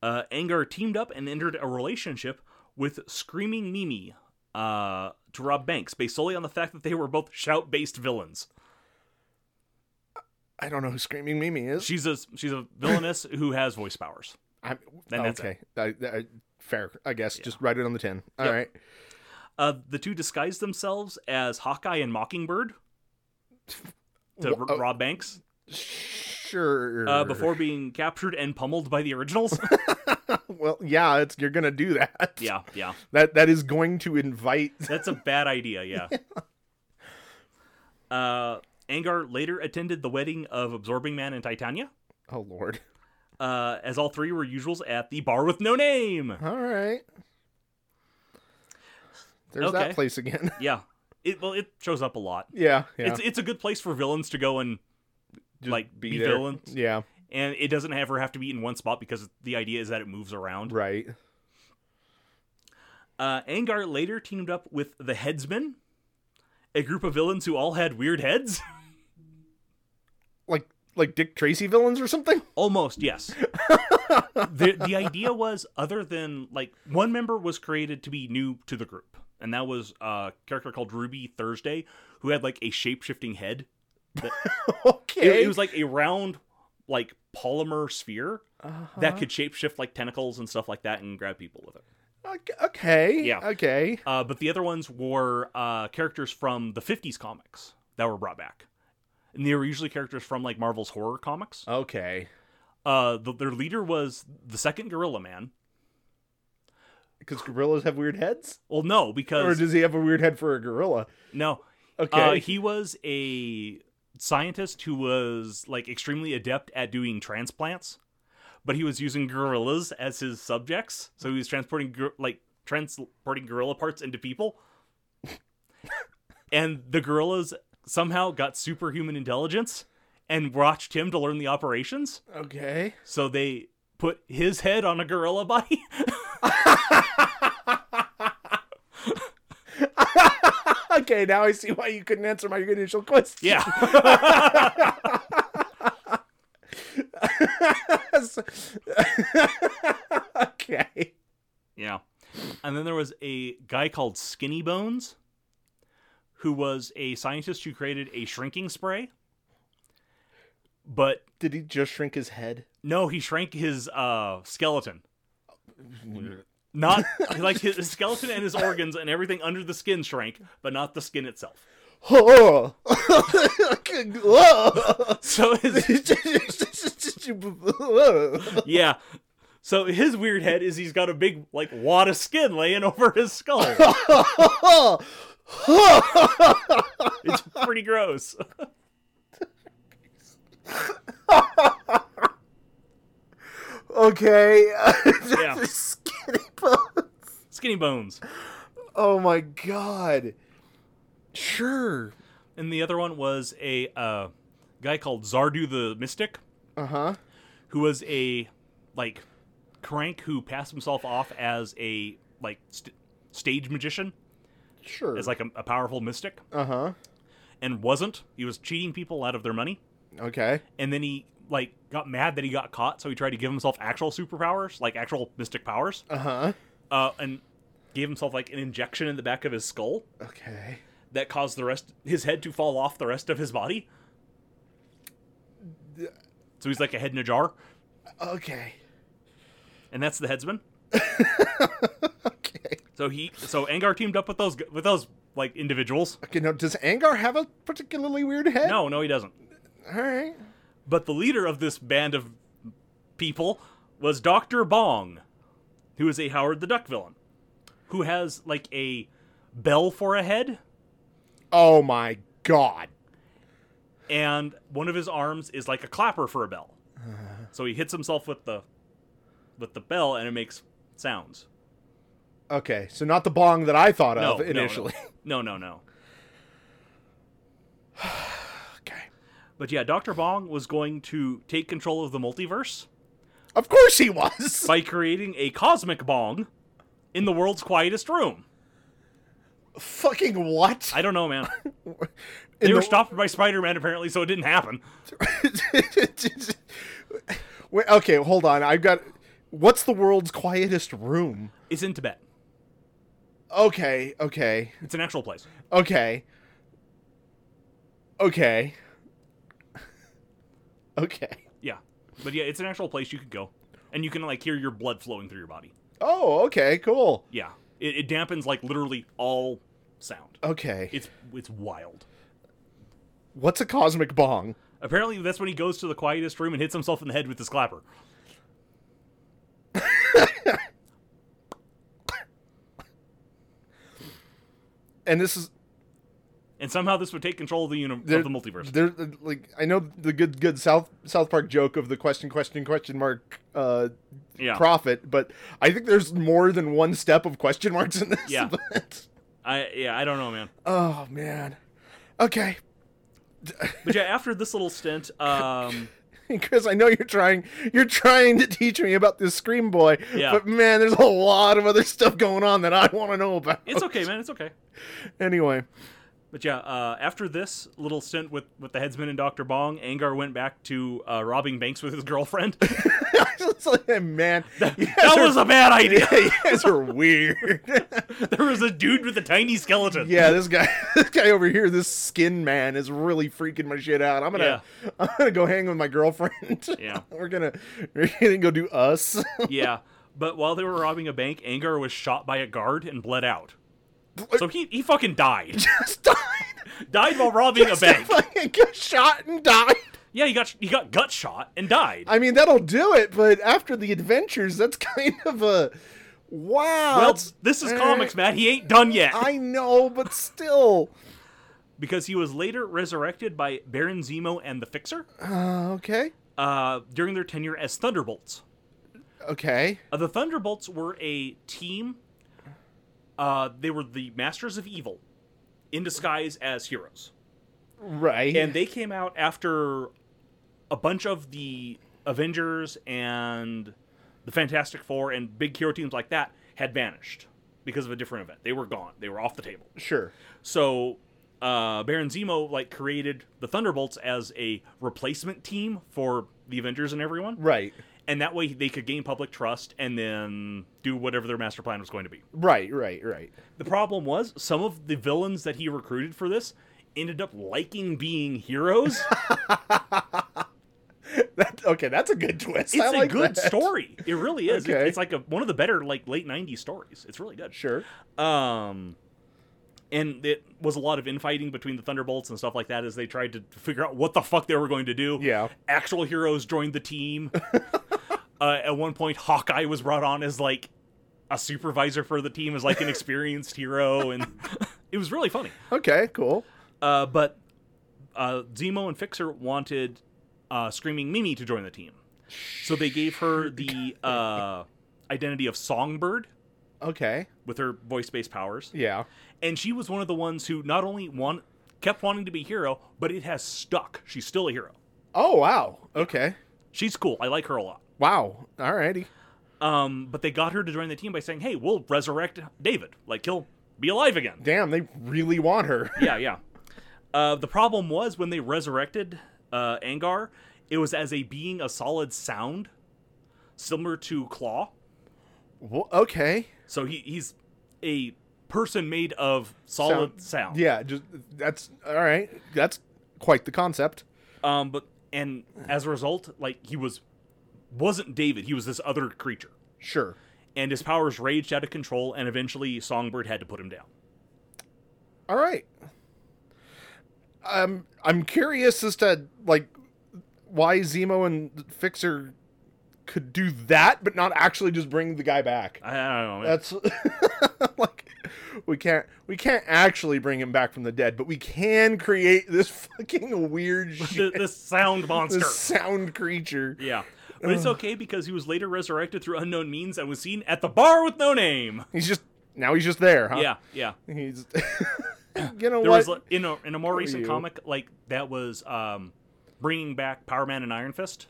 Speaker 2: uh, Angar teamed up and entered a relationship with Screaming Mimi uh, to rob banks, based solely on the fact that they were both shout-based villains.
Speaker 1: I don't know who Screaming Mimi is.
Speaker 2: She's a she's a villainess who has voice powers.
Speaker 1: I'm,
Speaker 2: Then that's
Speaker 1: okay. I- I- fair, I guess. Just write it on the tin. All
Speaker 2: Yep.
Speaker 1: right.
Speaker 2: Uh, the two disguised themselves as Hawkeye and Mockingbird to
Speaker 1: Wha-
Speaker 2: r- rob banks
Speaker 1: Sure.
Speaker 2: uh, before being captured and pummeled by the originals.
Speaker 1: Well, yeah, it's you're gonna do that.
Speaker 2: yeah, yeah,
Speaker 1: That that is going to invite.
Speaker 2: that's a bad idea. Yeah. Uh, Angar later attended the wedding of Absorbing Man and Titania,
Speaker 1: Oh Lord.
Speaker 2: uh, as all three were usuals at the bar with no name.
Speaker 1: All right. There's
Speaker 2: Okay.
Speaker 1: that place again.
Speaker 2: Yeah, it well, it shows up a lot.
Speaker 1: yeah. Yeah.
Speaker 2: It's it's a good place for villains to go and
Speaker 1: Just
Speaker 2: like, be
Speaker 1: there.
Speaker 2: villains.
Speaker 1: Yeah.
Speaker 2: and it doesn't ever have to be in one spot because the idea is that it moves around.
Speaker 1: Right.
Speaker 2: Uh, Angar later teamed up with the Headsmen, a group of villains who all had weird heads.
Speaker 1: Like like Dick Tracy villains or something.
Speaker 2: Almost, yes. the, the idea was, other than like one member was created to be new to the group, and that was uh, a character called Ruby Thursday, who had like a shape shifting head.
Speaker 1: okay.
Speaker 2: It, it was like a round like polymer sphere
Speaker 1: Uh-huh.
Speaker 2: that could shapeshift like tentacles and stuff like that and grab people with it.
Speaker 1: Ok- Okay.
Speaker 2: Yeah.
Speaker 1: Okay.
Speaker 2: Uh, but the other ones were uh, characters from the 50s comics that were brought back. And they were usually characters from like Marvel's horror comics.
Speaker 1: Okay.
Speaker 2: Uh, the, their leader was the second Gorilla Man.
Speaker 1: Because gorillas have weird heads,
Speaker 2: Well, no,
Speaker 1: or
Speaker 2: because
Speaker 1: does he have a weird head for a gorilla?
Speaker 2: no,
Speaker 1: Okay.
Speaker 2: Uh, he was a scientist who was like extremely adept at doing transplants, but he was using gorillas as his subjects. So he was transporting gor- like transporting gorilla parts into people, and the gorillas somehow got superhuman intelligence and watched him to learn the operations.
Speaker 1: okay.
Speaker 2: So they put his head on a gorilla body.
Speaker 1: Okay. Now I see why you couldn't answer my initial question.
Speaker 2: yeah,
Speaker 1: okay.
Speaker 2: yeah. And then there was a guy called Skinny Bones, who was a scientist who created a shrinking spray. But
Speaker 1: Did he just shrink his head?
Speaker 2: no, he shrank his uh, skeleton. Not like his, his skeleton and his organs and everything under the skin shrank, but not the skin itself.
Speaker 1: Oh.
Speaker 2: So his yeah. So his weird head is he's got a big like wad of skin laying over his skull. It's pretty gross.
Speaker 1: okay.
Speaker 2: Yeah.
Speaker 1: Skinny bone.
Speaker 2: Skinny bones.
Speaker 1: Oh my god. Sure.
Speaker 2: And the other one was a uh, guy called Zardu the Mystic,
Speaker 1: Uh huh.
Speaker 2: who was a like crank who passed himself off as a like st- stage magician,
Speaker 1: Sure.
Speaker 2: as like a, a powerful mystic,
Speaker 1: uh huh.
Speaker 2: and wasn't. He was cheating people out of their money,
Speaker 1: Okay.
Speaker 2: and then he like got mad that he got caught, so he tried to give himself actual superpowers, like actual mystic powers,
Speaker 1: Uh huh.
Speaker 2: uh, and gave himself like an injection in the back of his skull
Speaker 1: Okay.
Speaker 2: that caused the rest his head to fall off the rest of his body. So he's like a head in a jar,
Speaker 1: Okay.
Speaker 2: and that's the headsman.
Speaker 1: Okay.
Speaker 2: So he so Angar teamed up with those g- with those like individuals.
Speaker 1: Okay. Now, does Angar have a particularly weird head?
Speaker 2: No, no, he doesn't.
Speaker 1: All right.
Speaker 2: But the leader of this band of people was Doctor Bong, who is a Howard the Duck villain, who has like a bell for a head,
Speaker 1: Oh my god.
Speaker 2: and one of his arms is like a clapper for a bell. So he hits himself with the with the bell, and it makes sounds.
Speaker 1: Okay. So not the bong that I thought
Speaker 2: No,
Speaker 1: of
Speaker 2: no, no.
Speaker 1: initially.
Speaker 2: No, no, no.
Speaker 1: Okay.
Speaker 2: But yeah, Doctor Bong was going to take control of the multiverse.
Speaker 1: Of course he was.
Speaker 2: by creating a cosmic bong in the world's quietest room.
Speaker 1: Fucking what?
Speaker 2: I don't know, man.
Speaker 1: In
Speaker 2: They were
Speaker 1: the-
Speaker 2: stopped by Spider Man, apparently, so it didn't happen.
Speaker 1: Wait, okay, hold on. I've got. What's the world's quietest room?
Speaker 2: It's in Tibet.
Speaker 1: Okay, okay,
Speaker 2: It's an actual place.
Speaker 1: okay, okay, okay.
Speaker 2: Yeah. But yeah, it's an actual place you could go. And you can, like, hear your blood flowing through your body.
Speaker 1: Oh, okay, cool.
Speaker 2: Yeah. It, it dampens, like, literally all sound.
Speaker 1: Okay,
Speaker 2: It's, it's wild.
Speaker 1: what's a cosmic bong?
Speaker 2: Apparently, that's when he goes to the quietest room and hits himself in the head with his clapper.
Speaker 1: And this is
Speaker 2: And somehow this would take control of the, uni- of
Speaker 1: there-
Speaker 2: the multiverse.
Speaker 1: There, like I know the good, good South South Park joke of the question, question, question mark uh,
Speaker 2: Yeah.
Speaker 1: profit, but I think there's more than one step of question marks in this.
Speaker 2: Yeah.
Speaker 1: but-
Speaker 2: I, yeah, I don't know, man.
Speaker 1: Oh man. Okay.
Speaker 2: But yeah, after this little stint, um,
Speaker 1: Chris, I know you're trying you're trying to teach me about this Scream Boy,
Speaker 2: Yeah.
Speaker 1: but man, there's a lot of other stuff going on that I want to know about.
Speaker 2: it's okay, man. It's okay.
Speaker 1: Anyway.
Speaker 2: But yeah, uh, after this little stint with, with the headsman and Dr. Bong, Angar went back to uh, robbing banks with his girlfriend.
Speaker 1: it's like, man, you guys
Speaker 2: That
Speaker 1: are-
Speaker 2: was a bad idea.
Speaker 1: you guys are weird.
Speaker 2: There was a dude with a tiny skeleton.
Speaker 1: yeah, this guy, this guy over here, this skin man is really freaking my shit out. I'm gonna, I'm gonna go hang with my girlfriend.
Speaker 2: Yeah.
Speaker 1: we're gonna, we're gonna go do us.
Speaker 2: Yeah. But while they were robbing a bank, Angar was shot by a guard and bled out. So he, he fucking died.
Speaker 1: Just died.
Speaker 2: died while robbing a
Speaker 1: Just
Speaker 2: bank.
Speaker 1: fucking got shot and died.
Speaker 2: Yeah, he got he got gut shot and died.
Speaker 1: I mean, that'll do it. But after the adventures, that's kind of a wow.
Speaker 2: well,
Speaker 1: that's-
Speaker 2: this is
Speaker 1: eh,
Speaker 2: comics, Matt. He ain't done yet.
Speaker 1: I know, but still.
Speaker 2: because he was later resurrected by Baron Zemo and the Fixer
Speaker 1: Uh, okay.
Speaker 2: uh, during their tenure as Thunderbolts.
Speaker 1: Okay.
Speaker 2: Uh, the Thunderbolts were a team. Uh, they were the Masters of Evil, in disguise as heroes,
Speaker 1: Right.
Speaker 2: and they came out after a bunch of the Avengers and the Fantastic Four and big hero teams like that had vanished because of a different event. They were gone. They were off the table.
Speaker 1: sure.
Speaker 2: So uh, Baron Zemo like created the Thunderbolts as a replacement team for the Avengers and everyone,
Speaker 1: Right.
Speaker 2: and that way they could gain public trust and then do whatever their master plan was going to be.
Speaker 1: Right. Right. Right.
Speaker 2: The problem was some of the villains that he recruited for this ended up liking being heroes.
Speaker 1: That, okay, that's a good twist.
Speaker 2: It's
Speaker 1: I
Speaker 2: a
Speaker 1: like
Speaker 2: good
Speaker 1: that.
Speaker 2: story. It really is. It-
Speaker 1: Okay.
Speaker 2: it's like a, one of the better like late '90s stories. It's really good.
Speaker 1: Sure.
Speaker 2: Um, and it was a lot of infighting between the Thunderbolts and stuff like that as they tried to figure out what the fuck they were going to do.
Speaker 1: Yeah.
Speaker 2: Actual heroes joined the team. uh, at one point, Hawkeye was brought on as like a supervisor for the team, as like an experienced hero, and it was really funny.
Speaker 1: Okay, cool.
Speaker 2: Uh, but uh, Zemo and Fixer wanted uh, Screaming Mimi to join the team. So they gave her the uh, identity of Songbird
Speaker 1: Okay.
Speaker 2: with her voice based powers
Speaker 1: Yeah.
Speaker 2: and she was one of the ones who not only want, kept wanting to be hero, but it has stuck. She's still a hero.
Speaker 1: Oh wow. Okay.
Speaker 2: She's cool. I like her a lot.
Speaker 1: Wow. Alrighty.
Speaker 2: Um, but they got her to join the team by saying, "Hey, we'll resurrect David. Like he'll be alive again."
Speaker 1: Damn, they really want her.
Speaker 2: yeah, yeah. Uh, the problem was when they resurrected uh, Angar, it was as a being of solid sound, similar to Claw.
Speaker 1: Well, okay.
Speaker 2: So he, he's a person made of solid sound.
Speaker 1: Yeah. Just that's all right. That's quite the concept.
Speaker 2: Um, but and as a result, like he was wasn't David. He was this other creature,
Speaker 1: Sure.
Speaker 2: and his powers raged out of control. And eventually, Songbird had to put him down.
Speaker 1: All right. Um, I'm curious as to like why Zemo and Fixer could do that, but not actually just bring the guy back.
Speaker 2: I, I don't know. man.
Speaker 1: That's like we can't we can't actually bring him back from the dead, but we can create this fucking weird
Speaker 2: Th-
Speaker 1: shit,
Speaker 2: this sound monster.
Speaker 1: this sound creature.
Speaker 2: Yeah, but it's okay because he was later resurrected through unknown means and was seen at the bar with no name.
Speaker 1: He's just now he's just there, huh?
Speaker 2: Yeah, yeah.
Speaker 1: He's you
Speaker 2: There
Speaker 1: know Uh-huh. what?
Speaker 2: was like, in a in a more recent
Speaker 1: you?
Speaker 2: comic like that was um, bringing back Power Man and Iron Fist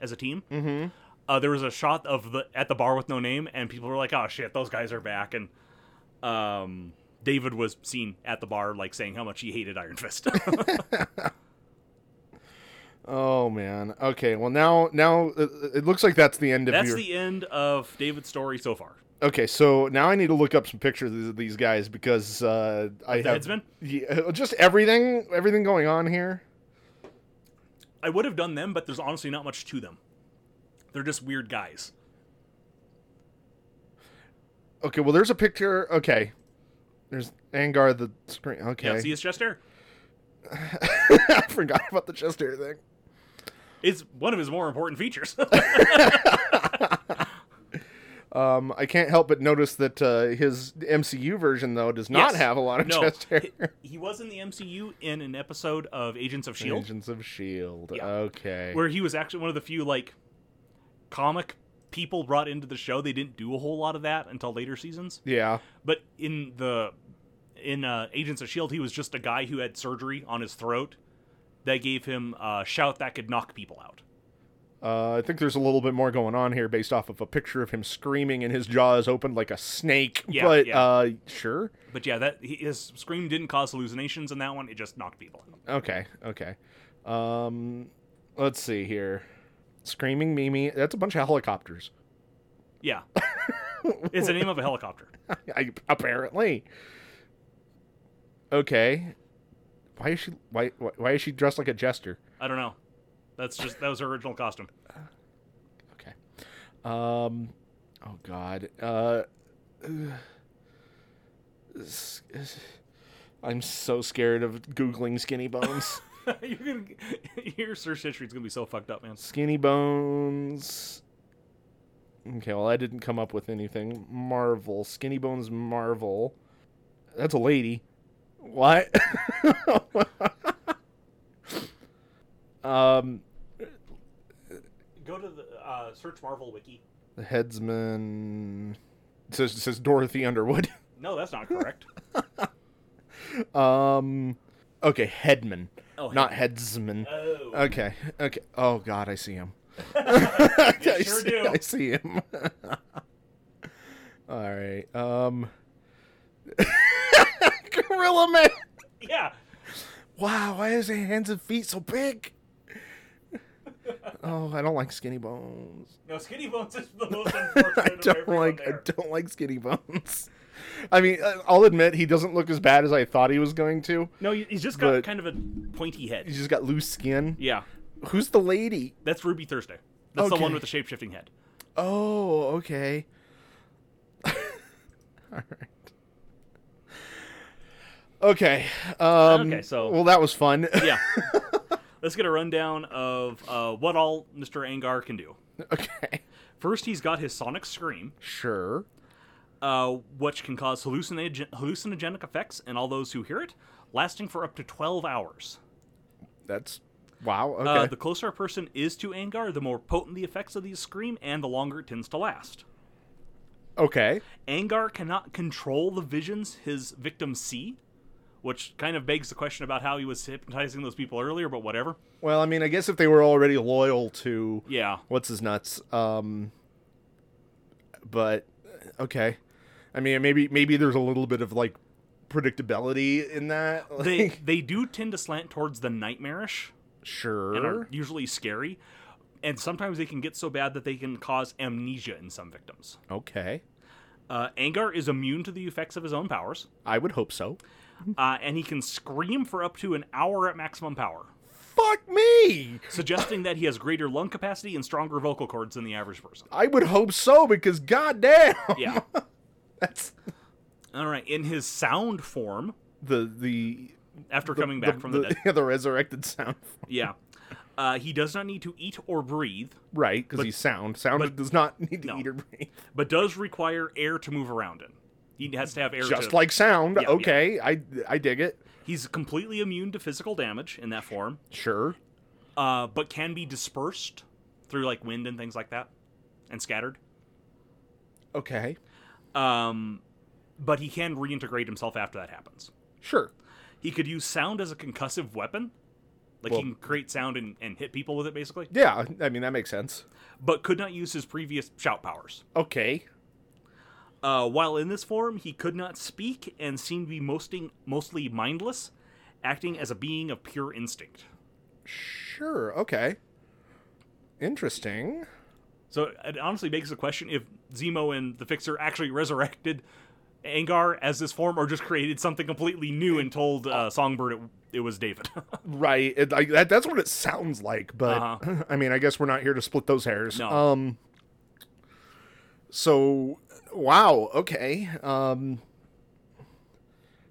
Speaker 2: as a team. Mm-hmm. Uh, there was a shot of the at the bar with no name, and people were like, "Oh shit, those guys are back!" And um, David was seen at the bar like saying how much he hated Iron Fist.
Speaker 1: oh man. Okay. Well now now it, it looks like that's the end of
Speaker 2: That's
Speaker 1: your.
Speaker 2: the end of David's story so far.
Speaker 1: Okay, so now I need to look up some pictures of these guys because uh, I have
Speaker 2: headsmen?
Speaker 1: Yeah, uh, just everything everything going on here.
Speaker 2: I would have done them, but there's honestly not much to them. They're just weird guys.
Speaker 1: Okay, well, there's a picture. Okay, there's Angar the screen. Okay,
Speaker 2: Yeah, see his chest hair.
Speaker 1: I forgot about the chest hair thing.
Speaker 2: It's one of his more important features.
Speaker 1: Um, I can't help but notice that uh, his MCU version though does not
Speaker 2: Yes.
Speaker 1: have a lot of
Speaker 2: no.
Speaker 1: chest hair.
Speaker 2: He, he was in the MCU in an episode of Agents of Shield,
Speaker 1: Agents of Shield.
Speaker 2: Yeah.
Speaker 1: E Okay.
Speaker 2: E where he was actually one of the few like comic people brought into the show. They didn't do a whole lot of that until later seasons.
Speaker 1: yeah.
Speaker 2: But in the in uh, Agents of Shield, he was just a guy who had surgery on his throat that gave him a shout that could knock people out.
Speaker 1: Uh, I think there's a little bit more going on here based off of a picture of him screaming and his jaw is opened like a snake.
Speaker 2: Yeah,
Speaker 1: but
Speaker 2: yeah.
Speaker 1: uh, sure.
Speaker 2: But yeah, that he- his scream didn't cause hallucinations in that one. It just knocked people out.
Speaker 1: Okay. Okay. Um, let's see here. Screaming Mimi. That's a bunch of helicopters.
Speaker 2: Yeah. it's the name of a helicopter.
Speaker 1: I, apparently. Okay. Why is she why why- why is she dressed like a jester?
Speaker 2: I don't know. That's just that was her original costume.
Speaker 1: Okay. Um oh god. Uh s- s- I'm so scared of googling skinny bones.
Speaker 2: You're gonna, your search history's gonna be so fucked up, man.
Speaker 1: skinny bones. Okay, well I didn't come up with anything. Marvel, skinny bones Marvel. That's a lady. What? um
Speaker 2: Go to the uh, search Marvel wiki.
Speaker 1: The headsman it says it says Dorothy Underwood.
Speaker 2: No, that's not correct.
Speaker 1: Um, okay, headman,
Speaker 2: Oh,
Speaker 1: not headsman.
Speaker 2: oh,
Speaker 1: Okay, okay. Oh God, I see him. I,
Speaker 2: sure
Speaker 1: see,
Speaker 2: do.
Speaker 1: I see him. All right. Um, Gorilla Man.
Speaker 2: yeah.
Speaker 1: Wow, why is his hands and feet so big? Oh, I don't like skinny bones.
Speaker 2: No, Skinny Bones is the most
Speaker 1: I
Speaker 2: unfortunate.
Speaker 1: don't like I don't like skinny bones. I mean, I- I'll admit he doesn't look as bad as I thought he was going to.
Speaker 2: No, he- he's just got
Speaker 1: But-
Speaker 2: kind of a pointy head.
Speaker 1: He's just got loose skin.
Speaker 2: Yeah,
Speaker 1: Who's the lady?
Speaker 2: that's Ruby Thursday. That's the one
Speaker 1: Okay.
Speaker 2: with the shape shifting head.
Speaker 1: Oh, okay. All right. Okay. Um,
Speaker 2: Okay, so-
Speaker 1: well, that was fun.
Speaker 2: Yeah. Let's get a rundown of uh, what all Mr. Angar can do.
Speaker 1: okay.
Speaker 2: First, he's got his sonic scream,
Speaker 1: Sure.
Speaker 2: uh, which can cause hallucinogen- hallucinogenic effects in all those who hear it, lasting for up to 12 hours.
Speaker 1: That's wow. Okay.
Speaker 2: Uh, the closer a person is to Angar, the more potent the effects of the scream and the longer it tends to last.
Speaker 1: okay.
Speaker 2: Angar cannot control the visions his victims see, which kind of begs the question about how he was hypnotizing those people earlier, but whatever.
Speaker 1: Well, I mean, I guess if they were already loyal to
Speaker 2: Yeah.
Speaker 1: what's his nuts, um, but okay. I mean, maybe maybe there's a little bit of like predictability in that.
Speaker 2: They
Speaker 1: like-
Speaker 2: they do tend to slant towards the nightmarish and
Speaker 1: sure.
Speaker 2: are usually scary. And sometimes they can get so bad that they can cause amnesia in some victims.
Speaker 1: Okay.
Speaker 2: Uh, Angar is immune to the effects of his own powers,
Speaker 1: I would hope so.
Speaker 2: uh, and he can scream for up to an hour at maximum power,
Speaker 1: Fuck me.
Speaker 2: suggesting that he has greater lung capacity and stronger vocal cords than the average person.
Speaker 1: I would hope so because goddamn,
Speaker 2: Yeah.
Speaker 1: that's
Speaker 2: All right. In his sound form,
Speaker 1: the the
Speaker 2: after coming back
Speaker 1: the,
Speaker 2: from the, dead.
Speaker 1: yeah, the resurrected sound.
Speaker 2: Yeah. Uh, he does not need to eat or breathe,
Speaker 1: Right, because he's sound. Sound does not need to
Speaker 2: No.
Speaker 1: eat or breathe.
Speaker 2: but does require air to move around in. He has to have air.
Speaker 1: Just
Speaker 2: to,
Speaker 1: like sound.
Speaker 2: Yeah, yeah.
Speaker 1: okay, I I dig it.
Speaker 2: he's completely immune to physical damage in that form,
Speaker 1: Sure.
Speaker 2: uh, but can be dispersed through like wind and things like that, and scattered.
Speaker 1: Okay.
Speaker 2: Um, but he can reintegrate himself after that happens.
Speaker 1: Sure.
Speaker 2: He could use sound as a concussive weapon. Like
Speaker 1: Well-
Speaker 2: he can create sound and, and hit people with it basically,
Speaker 1: Yeah, I mean that makes sense.
Speaker 2: but could not use his previous shout powers.
Speaker 1: Okay.
Speaker 2: Uh, while in this form, he could not speak and seemed to be mosting, mostly mindless, acting as a being of pure instinct.
Speaker 1: Sure. Okay. Interesting.
Speaker 2: So it honestly begs the question if Zemo and the Fixer actually resurrected Angar as this form or just created something completely new and told uh, Songbird it, it was David.
Speaker 1: Right. It, like that, that's what it sounds like, but
Speaker 2: Uh-huh.
Speaker 1: I mean, I guess we're not here to split those hairs.
Speaker 2: No.
Speaker 1: Um So, wow, okay. Um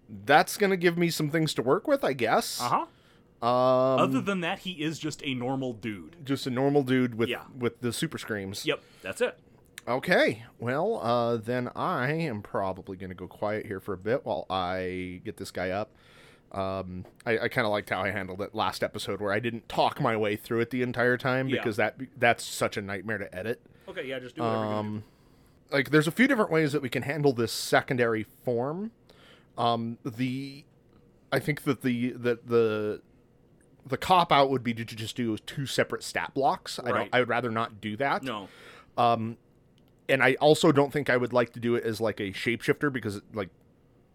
Speaker 1: That's going to give me some things to work with, I guess.
Speaker 2: uh huh.
Speaker 1: Um
Speaker 2: Other than that, he is just a normal dude.
Speaker 1: just a normal dude with
Speaker 2: Yeah.
Speaker 1: with the super screams.
Speaker 2: Yep, that's it.
Speaker 1: Okay. Well, uh, then I am probably going to go quiet here for a bit while I get this guy up. Um, I, I kind of liked how I handled it last episode, where I didn't talk my way through it the entire time
Speaker 2: Yeah.
Speaker 1: because that that's such a nightmare to edit.
Speaker 2: Okay, yeah, just do whatever you
Speaker 1: Um, like, there's a few different ways that we can handle this secondary form. Um, the I think that the that the the cop out would be to just do two separate stat blocks. I
Speaker 2: Right.
Speaker 1: don't. I would rather not do that
Speaker 2: No.
Speaker 1: and I also don't think I would like to do it as like a shapeshifter because like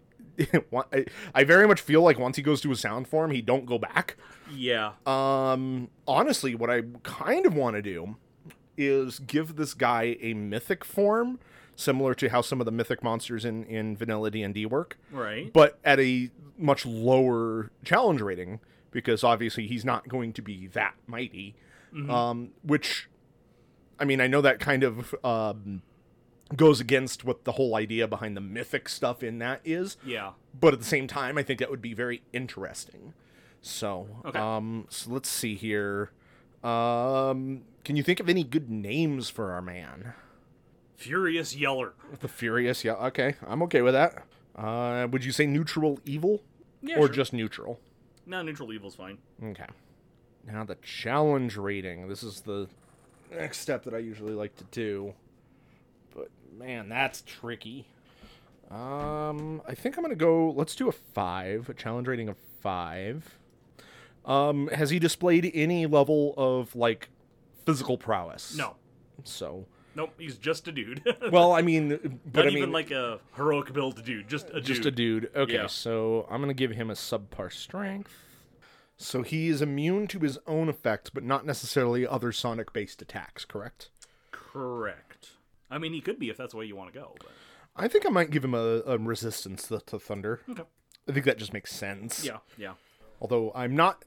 Speaker 1: wa- I- I very much feel like once he goes to his sound form, he don't go back.
Speaker 2: Yeah.
Speaker 1: Um honestly, what I kind of want to do is give this guy a mythic form, similar to how some of the mythic monsters in in vanilla D and D work,
Speaker 2: Right.
Speaker 1: but at a much lower challenge rating because obviously he's not going to be that mighty.
Speaker 2: Mm-hmm.
Speaker 1: Um, which, I mean, I know that kind of um, goes against what the whole idea behind the mythic stuff in that is,
Speaker 2: yeah.
Speaker 1: but at the same time, I think that would be very interesting. So,
Speaker 2: Okay.
Speaker 1: um, so let's see here. Um, can you think of any good names for our man?
Speaker 2: Furious Yeller.
Speaker 1: The Furious, yeah, okay, I'm okay with that. Uh, would you say neutral evil
Speaker 2: Yeah,
Speaker 1: or
Speaker 2: sure.
Speaker 1: just neutral?
Speaker 2: No, neutral evil's fine.
Speaker 1: Okay. Now the challenge rating. This is the next step that I usually like to do. But man, that's tricky. Um, I think I'm gonna go. Let's do a five. A challenge rating of five. Um, has he displayed any level of like physical prowess?
Speaker 2: No.
Speaker 1: So,
Speaker 2: Nope, he's just a dude.
Speaker 1: well, I mean, but
Speaker 2: Not
Speaker 1: I
Speaker 2: even
Speaker 1: mean,
Speaker 2: like a heroic build dude, just a
Speaker 1: just
Speaker 2: dude.
Speaker 1: a dude. Okay,
Speaker 2: Yeah.
Speaker 1: so I'm gonna give him a subpar strength. So he is immune to his own effects, but not necessarily other sonic-based attacks. Correct.
Speaker 2: Correct. I mean, he could be if that's the way you want to go. But.
Speaker 1: I think I might give him a, a resistance to, to thunder.
Speaker 2: Okay.
Speaker 1: I think that just makes sense.
Speaker 2: Yeah, yeah.
Speaker 1: Although I'm not.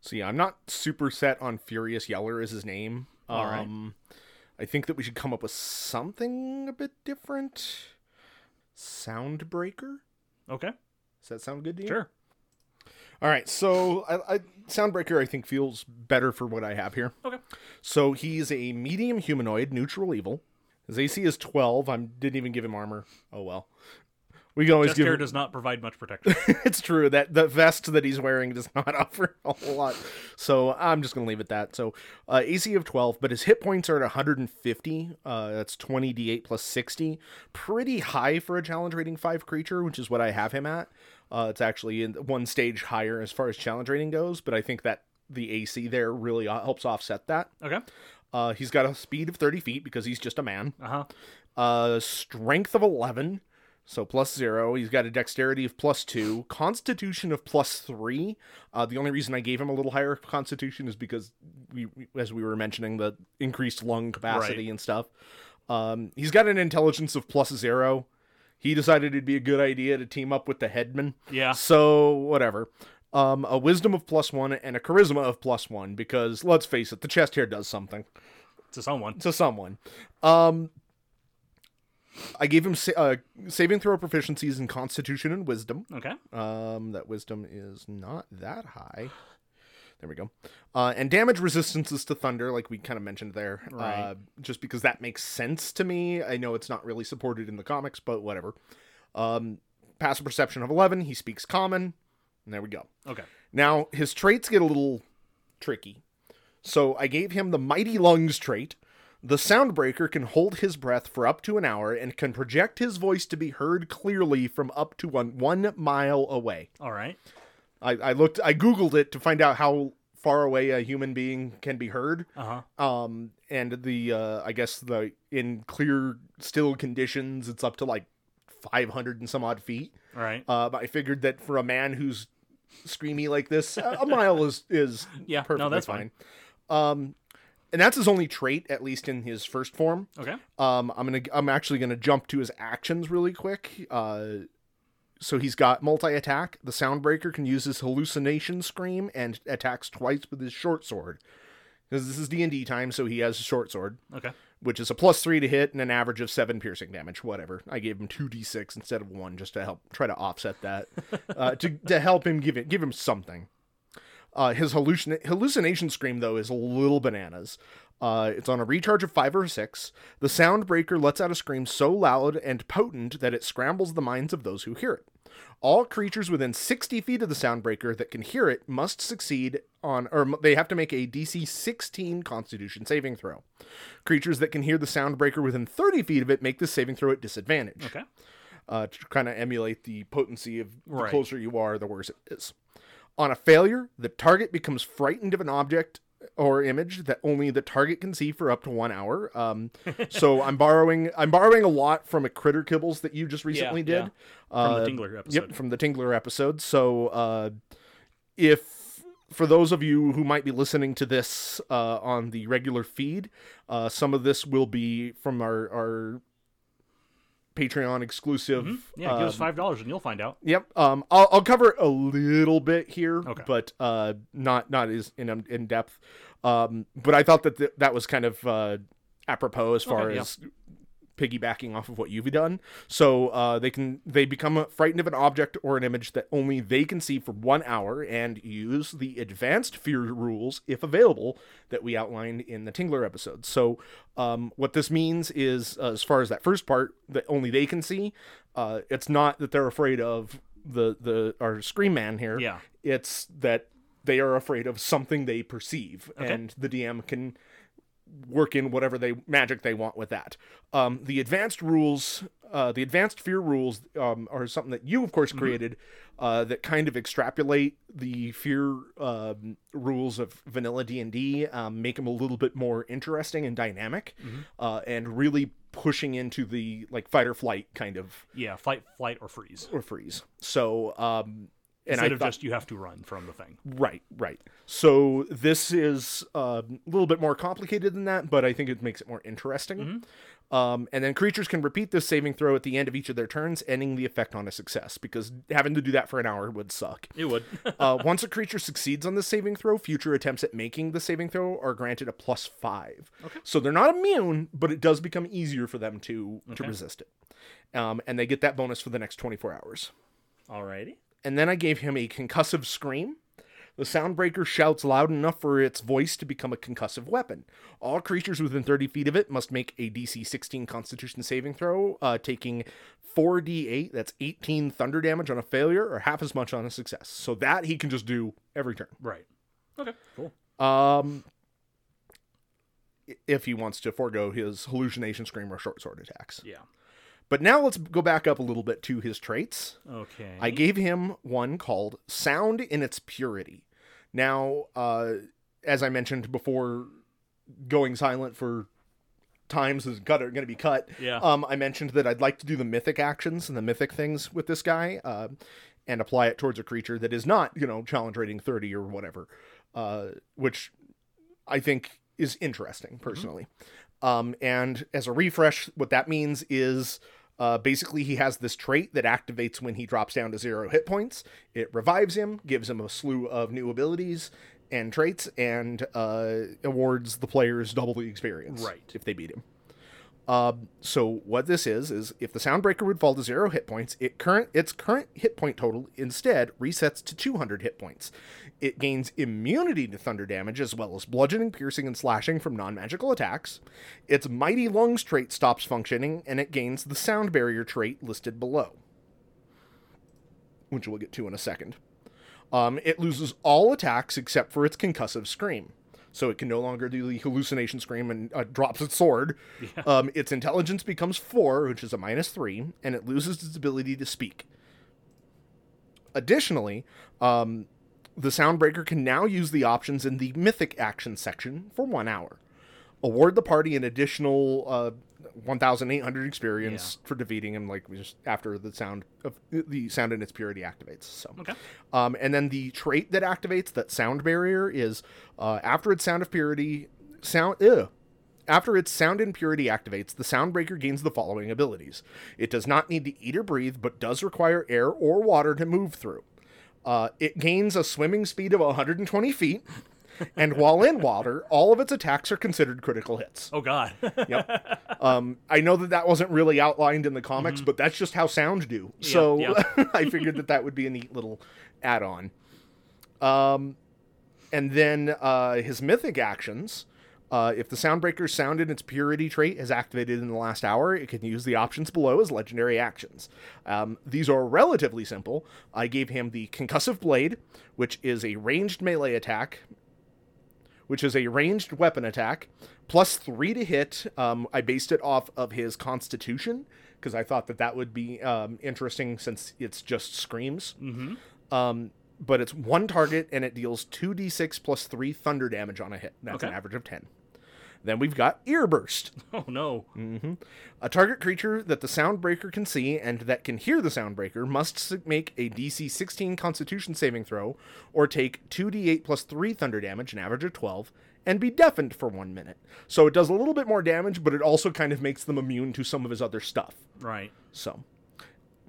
Speaker 1: So yeah, I'm not super set on Furious Yeller as his name.
Speaker 2: All right.
Speaker 1: um, I think that we should come up with something a bit different. Soundbreaker.
Speaker 2: Okay.
Speaker 1: Does that sound good to you?
Speaker 2: Sure.
Speaker 1: All right, so I, I, Soundbreaker I think feels better for what I have here.
Speaker 2: Okay.
Speaker 1: So he's a medium humanoid, neutral evil. His AC is twelve. I didn't even give him armor. Oh well. We can always
Speaker 2: Death
Speaker 1: give.
Speaker 2: Care does not provide much protection.
Speaker 1: it's true that the vest that he's wearing does not offer a whole lot. So I'm just gonna leave it that. So uh, AC of twelve, but his hit points are at 150. Uh, that's 20 d8 plus 60. Pretty high for a challenge rating five creature, which is what I have him at. Uh, it's actually in one stage higher as far as challenge rating goes, but I think that the AC there really uh, helps offset that.
Speaker 2: okay.
Speaker 1: Uh, he's got a speed of 30 feet because he's just a man
Speaker 2: Uh huh.
Speaker 1: uh, strength of 11, so plus zero. He's got a dexterity of plus two, constitution of plus three. Uh, the only reason I gave him a little higher constitution is because we, we- as we were mentioning, the increased lung capacity
Speaker 2: Right.
Speaker 1: and stuff. Um, he's got an intelligence of plus zero. He decided it'd be a good idea to team up with the headman.
Speaker 2: Yeah.
Speaker 1: So whatever. Um, a wisdom of plus one and a charisma of plus one because let's face it, the chest hair does something
Speaker 2: To someone.
Speaker 1: to someone. Um, I gave him sa- uh, saving throw proficiencies in Constitution and Wisdom.
Speaker 2: Okay.
Speaker 1: Um, that Wisdom is not that high. There we go. Uh, and damage resistances to thunder, like we kind of mentioned there, uh,
Speaker 2: Right.
Speaker 1: just because that makes sense to me. I know it's not really supported in the comics, but whatever. Um, passive perception of eleven. He speaks common. And there we go.
Speaker 2: Okay.
Speaker 1: Now, his traits get a little tricky. So I gave him the Mighty Lungs trait. The Soundbreaker can hold his breath for up to an hour and can project his voice to be heard clearly from up to one, one mile away.
Speaker 2: All right.
Speaker 1: I, I looked, I Googled it to find out how far away a human being can be heard.
Speaker 2: Uh huh.
Speaker 1: Um, and the, uh, I guess the, in clear, still conditions, it's up to like 500 and some odd feet.
Speaker 2: All right.
Speaker 1: Uh, but I figured that for a man who's screamy like this, a a mile is is
Speaker 2: Yeah, no,
Speaker 1: perfectly
Speaker 2: that's
Speaker 1: fine.
Speaker 2: fine.
Speaker 1: Um, and that's his only trait, at least in his first form.
Speaker 2: Okay.
Speaker 1: Um, I'm gonna I'm actually gonna jump to his actions really quick. Uh, so he's got multi attack. The Soundbreaker can use his hallucination scream and attacks twice with his short sword. Because this is D and D time, so he has a short sword
Speaker 2: Okay.
Speaker 1: which is a plus three to hit and an average of seven piercing damage. Whatever. I gave him two d six instead of one just to help try to offset that, uh, to to help him give it give him something. Uh, his hallucin- hallucination scream though is a little bananas. Uh, it's on a recharge of five or six. The sound breaker lets out a scream so loud and potent that it scrambles the minds of those who hear it. All creatures within 60 feet of the sound breaker that can hear it must succeed on, or m- they have to make a DC 16 Constitution saving throw. Creatures that can hear the sound breaker within 30 feet of it make this saving throw at disadvantage
Speaker 2: Okay.
Speaker 1: uh, to kind of emulate the potency of the
Speaker 2: Right.
Speaker 1: closer you are, the worse it is. On a failure, the target becomes frightened of an object or image that only the target can see for up to one hour. Um, so I'm borrowing I'm borrowing a lot from a critter kibbles that you just recently did.
Speaker 2: yeah. From
Speaker 1: Uh,
Speaker 2: the Tingler episode.
Speaker 1: Yep, from the Tingler episode. So uh, if for those of you who might be listening to this uh, on the regular feed, uh, some of this will be from our, our Patreon exclusive.
Speaker 2: Mm-hmm. Yeah, give us
Speaker 1: um,
Speaker 2: five dollars and you'll find out.
Speaker 1: Yep. Um, I'll, I'll cover a little bit here,
Speaker 2: Okay.
Speaker 1: but uh, not not as in in depth. Um, but I thought that th- that was kind of uh, apropos as far
Speaker 2: Okay, yeah.
Speaker 1: as piggybacking off of what you've done. So uh, they can they become frightened of an object or an image that only they can see for one hour and use the advanced fear rules if available that we outlined in the Tingler episode. So um, what this means is uh, as far as that first part that only they can see, uh, it's not that they're afraid of the the our scream man here.
Speaker 2: Yeah.
Speaker 1: it's that they are afraid of something they perceive, and the DM can work in whatever they magic they want with that. Um, the advanced rules, uh, the advanced fear rules, um, are something that you, of
Speaker 2: Mm-hmm.
Speaker 1: course, created uh, that kind of extrapolate the fear um, rules of vanilla D and D, um, make them a little bit more interesting and dynamic,
Speaker 2: Mm-hmm.
Speaker 1: uh, and really pushing into the like fight or flight kind of
Speaker 2: Yeah, fight, flight, or freeze.
Speaker 1: or freeze. So. Um, and
Speaker 2: Instead
Speaker 1: I
Speaker 2: of
Speaker 1: thought-
Speaker 2: just you have to run from the thing.
Speaker 1: Right, right. So this is um, a little bit more complicated than that, but I think it makes it more interesting. Um, and then creatures can repeat this saving throw at the end of each of their turns, ending the effect on a success, because having to do that for an hour would suck.
Speaker 2: It would.
Speaker 1: uh, once a creature succeeds on the saving throw, future attempts at making the saving throw are granted a plus five. Okay. So they're not immune, but it does become easier for them to, to resist it. Um, and they get that bonus for the next 24 hours
Speaker 4: Alrighty.
Speaker 1: and then I gave him a concussive scream. The soundbreaker shouts loud enough for its voice to become a concussive weapon. All creatures within 30 feet of it must make a DC 16 Constitution saving throw, uh, taking 4d8, that's 18 thunder damage on a failure, or half as much on a success. So that he can just do every turn.
Speaker 2: right. Okay. Cool.
Speaker 1: Um, i- if he wants to forego his hallucination scream or short sword attacks.
Speaker 2: Yeah.
Speaker 1: But now let's go back up a little bit to his traits.
Speaker 2: Okay.
Speaker 1: I gave him one called Sound in Its Purity. Now, uh, as I mentioned before, going silent for times is going to be cut.
Speaker 2: Yeah.
Speaker 1: Um, I mentioned that I'd like to do the mythic actions and the mythic things with this guy uh, and apply it towards a creature that is not, you know, challenge rating 30 or whatever, uh, which I think is interesting personally. Um, and as a refresh, what that means is uh, basically he has this trait that activates when he drops down to zero hit points. It revives him, gives him a slew of new abilities and traits, and uh, awards the players double the experience
Speaker 2: Right.
Speaker 1: if they beat him. Um, so what this is is if the soundbreaker would fall to zero hit points, it current its current hit point total instead resets to 200 hit points. It gains immunity to thunder damage as well as bludgeoning, piercing, and slashing from non-magical attacks. Its mighty lungs trait stops functioning, and it gains the sound barrier trait listed below, which we'll get to in a second. Um, it loses all attacks except for its concussive scream. So it can no longer do the hallucination scream and uh, drops its sword. Um, its intelligence becomes four, which is a minus three, and it loses its ability to speak. Additionally, um, the Soundbreaker can now use the options in the Mythic Action section for one hour. Award the party an additional uh, 1,800 experience for defeating him, like we just after the sound of the sound and its purity activates. So,
Speaker 2: Okay.
Speaker 1: um, and then the trait that activates that sound barrier is uh, after its sound of purity sound. Ew. After its sound impurity activates, the Soundbreaker gains the following abilities. It does not need to eat or breathe, but does require air or water to move through. Uh, it gains a swimming speed of 120 feet, and while in water, all of its attacks are considered critical hits.
Speaker 2: Oh God.
Speaker 1: Yep. Um, I know that that wasn't really outlined in the comics, but that's just how sounds do.
Speaker 2: Mm-hmm. Yeah,
Speaker 1: so
Speaker 2: yeah.
Speaker 1: I figured that that would be a neat little add-on. Um, and then uh, his mythic actions. Uh, if the Soundbreaker sound in its purity trait is activated in the last hour, it can use the options below as legendary actions. Um, these are relatively simple. I gave him the Concussive Blade, which is a ranged melee attack which is a ranged weapon attack, plus three to hit. Um, I based it off of his constitution because I thought that that would be um, interesting since it's just screams.
Speaker 2: mm-hmm.
Speaker 1: Um, but it's one target and it deals 2d6 plus three thunder damage on a hit. That's an
Speaker 2: Okay.
Speaker 1: average of 10. Then we've got Earburst,
Speaker 2: Oh no.
Speaker 1: a target creature that the Soundbreaker can see and that can hear the Soundbreaker must s- make a DC 16 Constitution saving throw or take 2d8 plus 3 thunder damage, an average of 12, and be deafened for one minute. So it does a little bit more damage, but it also kind of makes them immune to some of his other stuff.
Speaker 2: Right.
Speaker 1: So,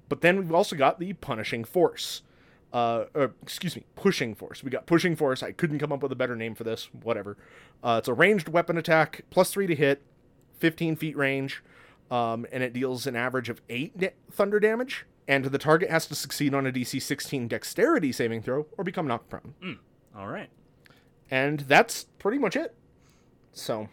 Speaker 1: but then we've also got the punishing force. Uh, or, excuse me, pushing force. We got pushing force. I couldn't come up with a better name for this. Whatever. Uh, it's a ranged weapon attack, plus three to hit, 15 feet range, um, and it deals an average of eight da- thunder damage. And the target has to succeed on a DC 16 dexterity saving throw or become knocked prone.
Speaker 2: All right.
Speaker 1: And that's pretty much it. So,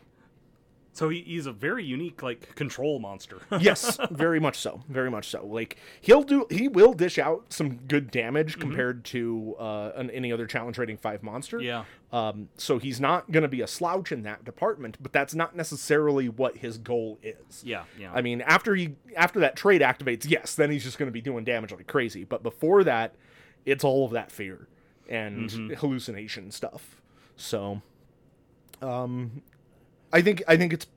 Speaker 2: So he, he's a very unique like control monster.
Speaker 1: yes very much so very much so like he'll do he will dish out some good damage compared to uh an, any other challenge rating five monster
Speaker 2: Yeah.
Speaker 1: um so he's not gonna be a slouch in that department but that's not necessarily what his goal is
Speaker 2: Yeah, yeah.
Speaker 1: i mean after he after that trade activates yes then he's just gonna be doing damage like crazy but before that it's all of that fear and
Speaker 2: Mm-hmm.
Speaker 1: hallucination stuff so um, I think I think it's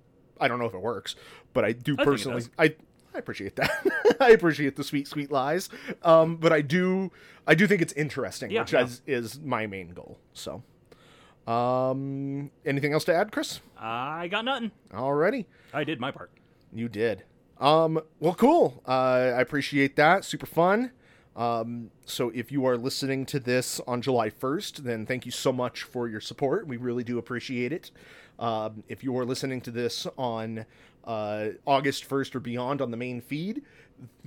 Speaker 1: I don't know if it works, but I do
Speaker 2: it
Speaker 1: personally
Speaker 2: does.
Speaker 1: I I appreciate that. I appreciate the sweet sweet lies. Um but I do I do think it's interesting,
Speaker 2: Yeah,
Speaker 1: which
Speaker 2: yeah.
Speaker 1: Is, is my main goal. So um anything else to add, Chris?
Speaker 2: I got nothing.
Speaker 1: Alrighty.
Speaker 2: I did my part.
Speaker 1: You did. Um, well, cool. Uh, I appreciate that. Super fun. Um, so if you are listening to this on July 1st, then thank you so much for your support. We really do appreciate it. Um, if you are listening to this on uh, August 1st or beyond on the main feed,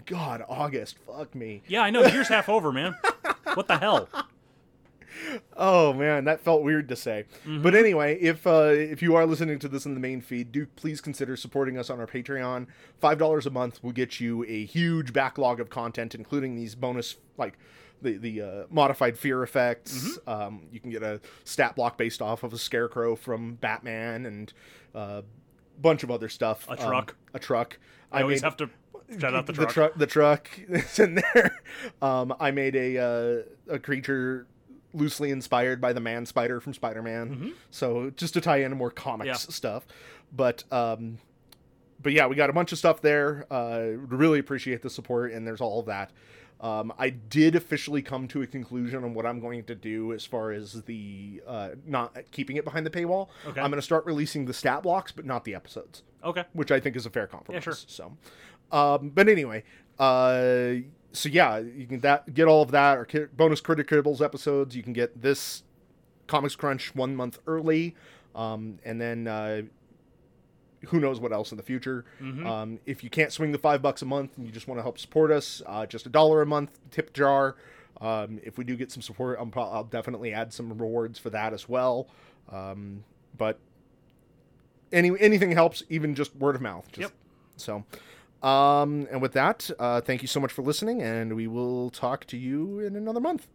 Speaker 1: God, August, fuck me.
Speaker 2: Yeah, I know. The year's half over, man. What the hell?
Speaker 1: Oh man, that felt weird to say.
Speaker 2: Mm-hmm.
Speaker 1: But anyway, if uh, if you are listening to this in the main feed, do please consider supporting us on our Patreon. Five dollars a month will get you a huge backlog of content, including these bonus like the the uh, modified fear effects.
Speaker 2: Mm-hmm.
Speaker 1: Um, you can get a stat block based off of a scarecrow from Batman and a uh, bunch of other stuff.
Speaker 2: A
Speaker 1: Um,
Speaker 2: truck.
Speaker 1: a truck.
Speaker 2: I, always have to shout out the truck.
Speaker 1: The truck is in there. Um, I made a uh, a creature loosely inspired by the Man Spider from Spider Man. So just to tie in more comics
Speaker 2: Mm-hmm. Yeah.
Speaker 1: stuff, but um, but yeah, we got a bunch of stuff there. Uh, really appreciate the support, and there's all of that. Um, I did officially come to a conclusion on what I'm going to do as far as the uh, not keeping it behind the paywall.
Speaker 2: Okay.
Speaker 1: I'm going to start releasing the stat blocks, but not the episodes
Speaker 2: Okay.
Speaker 1: which I think is a fair compromise.
Speaker 2: sure.
Speaker 1: So, um, but anyway, uh, so yeah, you can that get all of that or ki- bonus Criticals episodes. You can get this Comics Crunch one month early, um, and then uh, who knows what else in the future. Um, if you can't swing the five bucks a month and you just want to help support us, uh, just a dollar a month tip jar. Um, if we do get some support, I'm pro- I'll definitely add some rewards for that as well. Um, but any anything helps, even just word of mouth. Just,
Speaker 2: Yep.
Speaker 1: So, um, and with that, uh, thank you so much for listening, and we will talk to you in another month.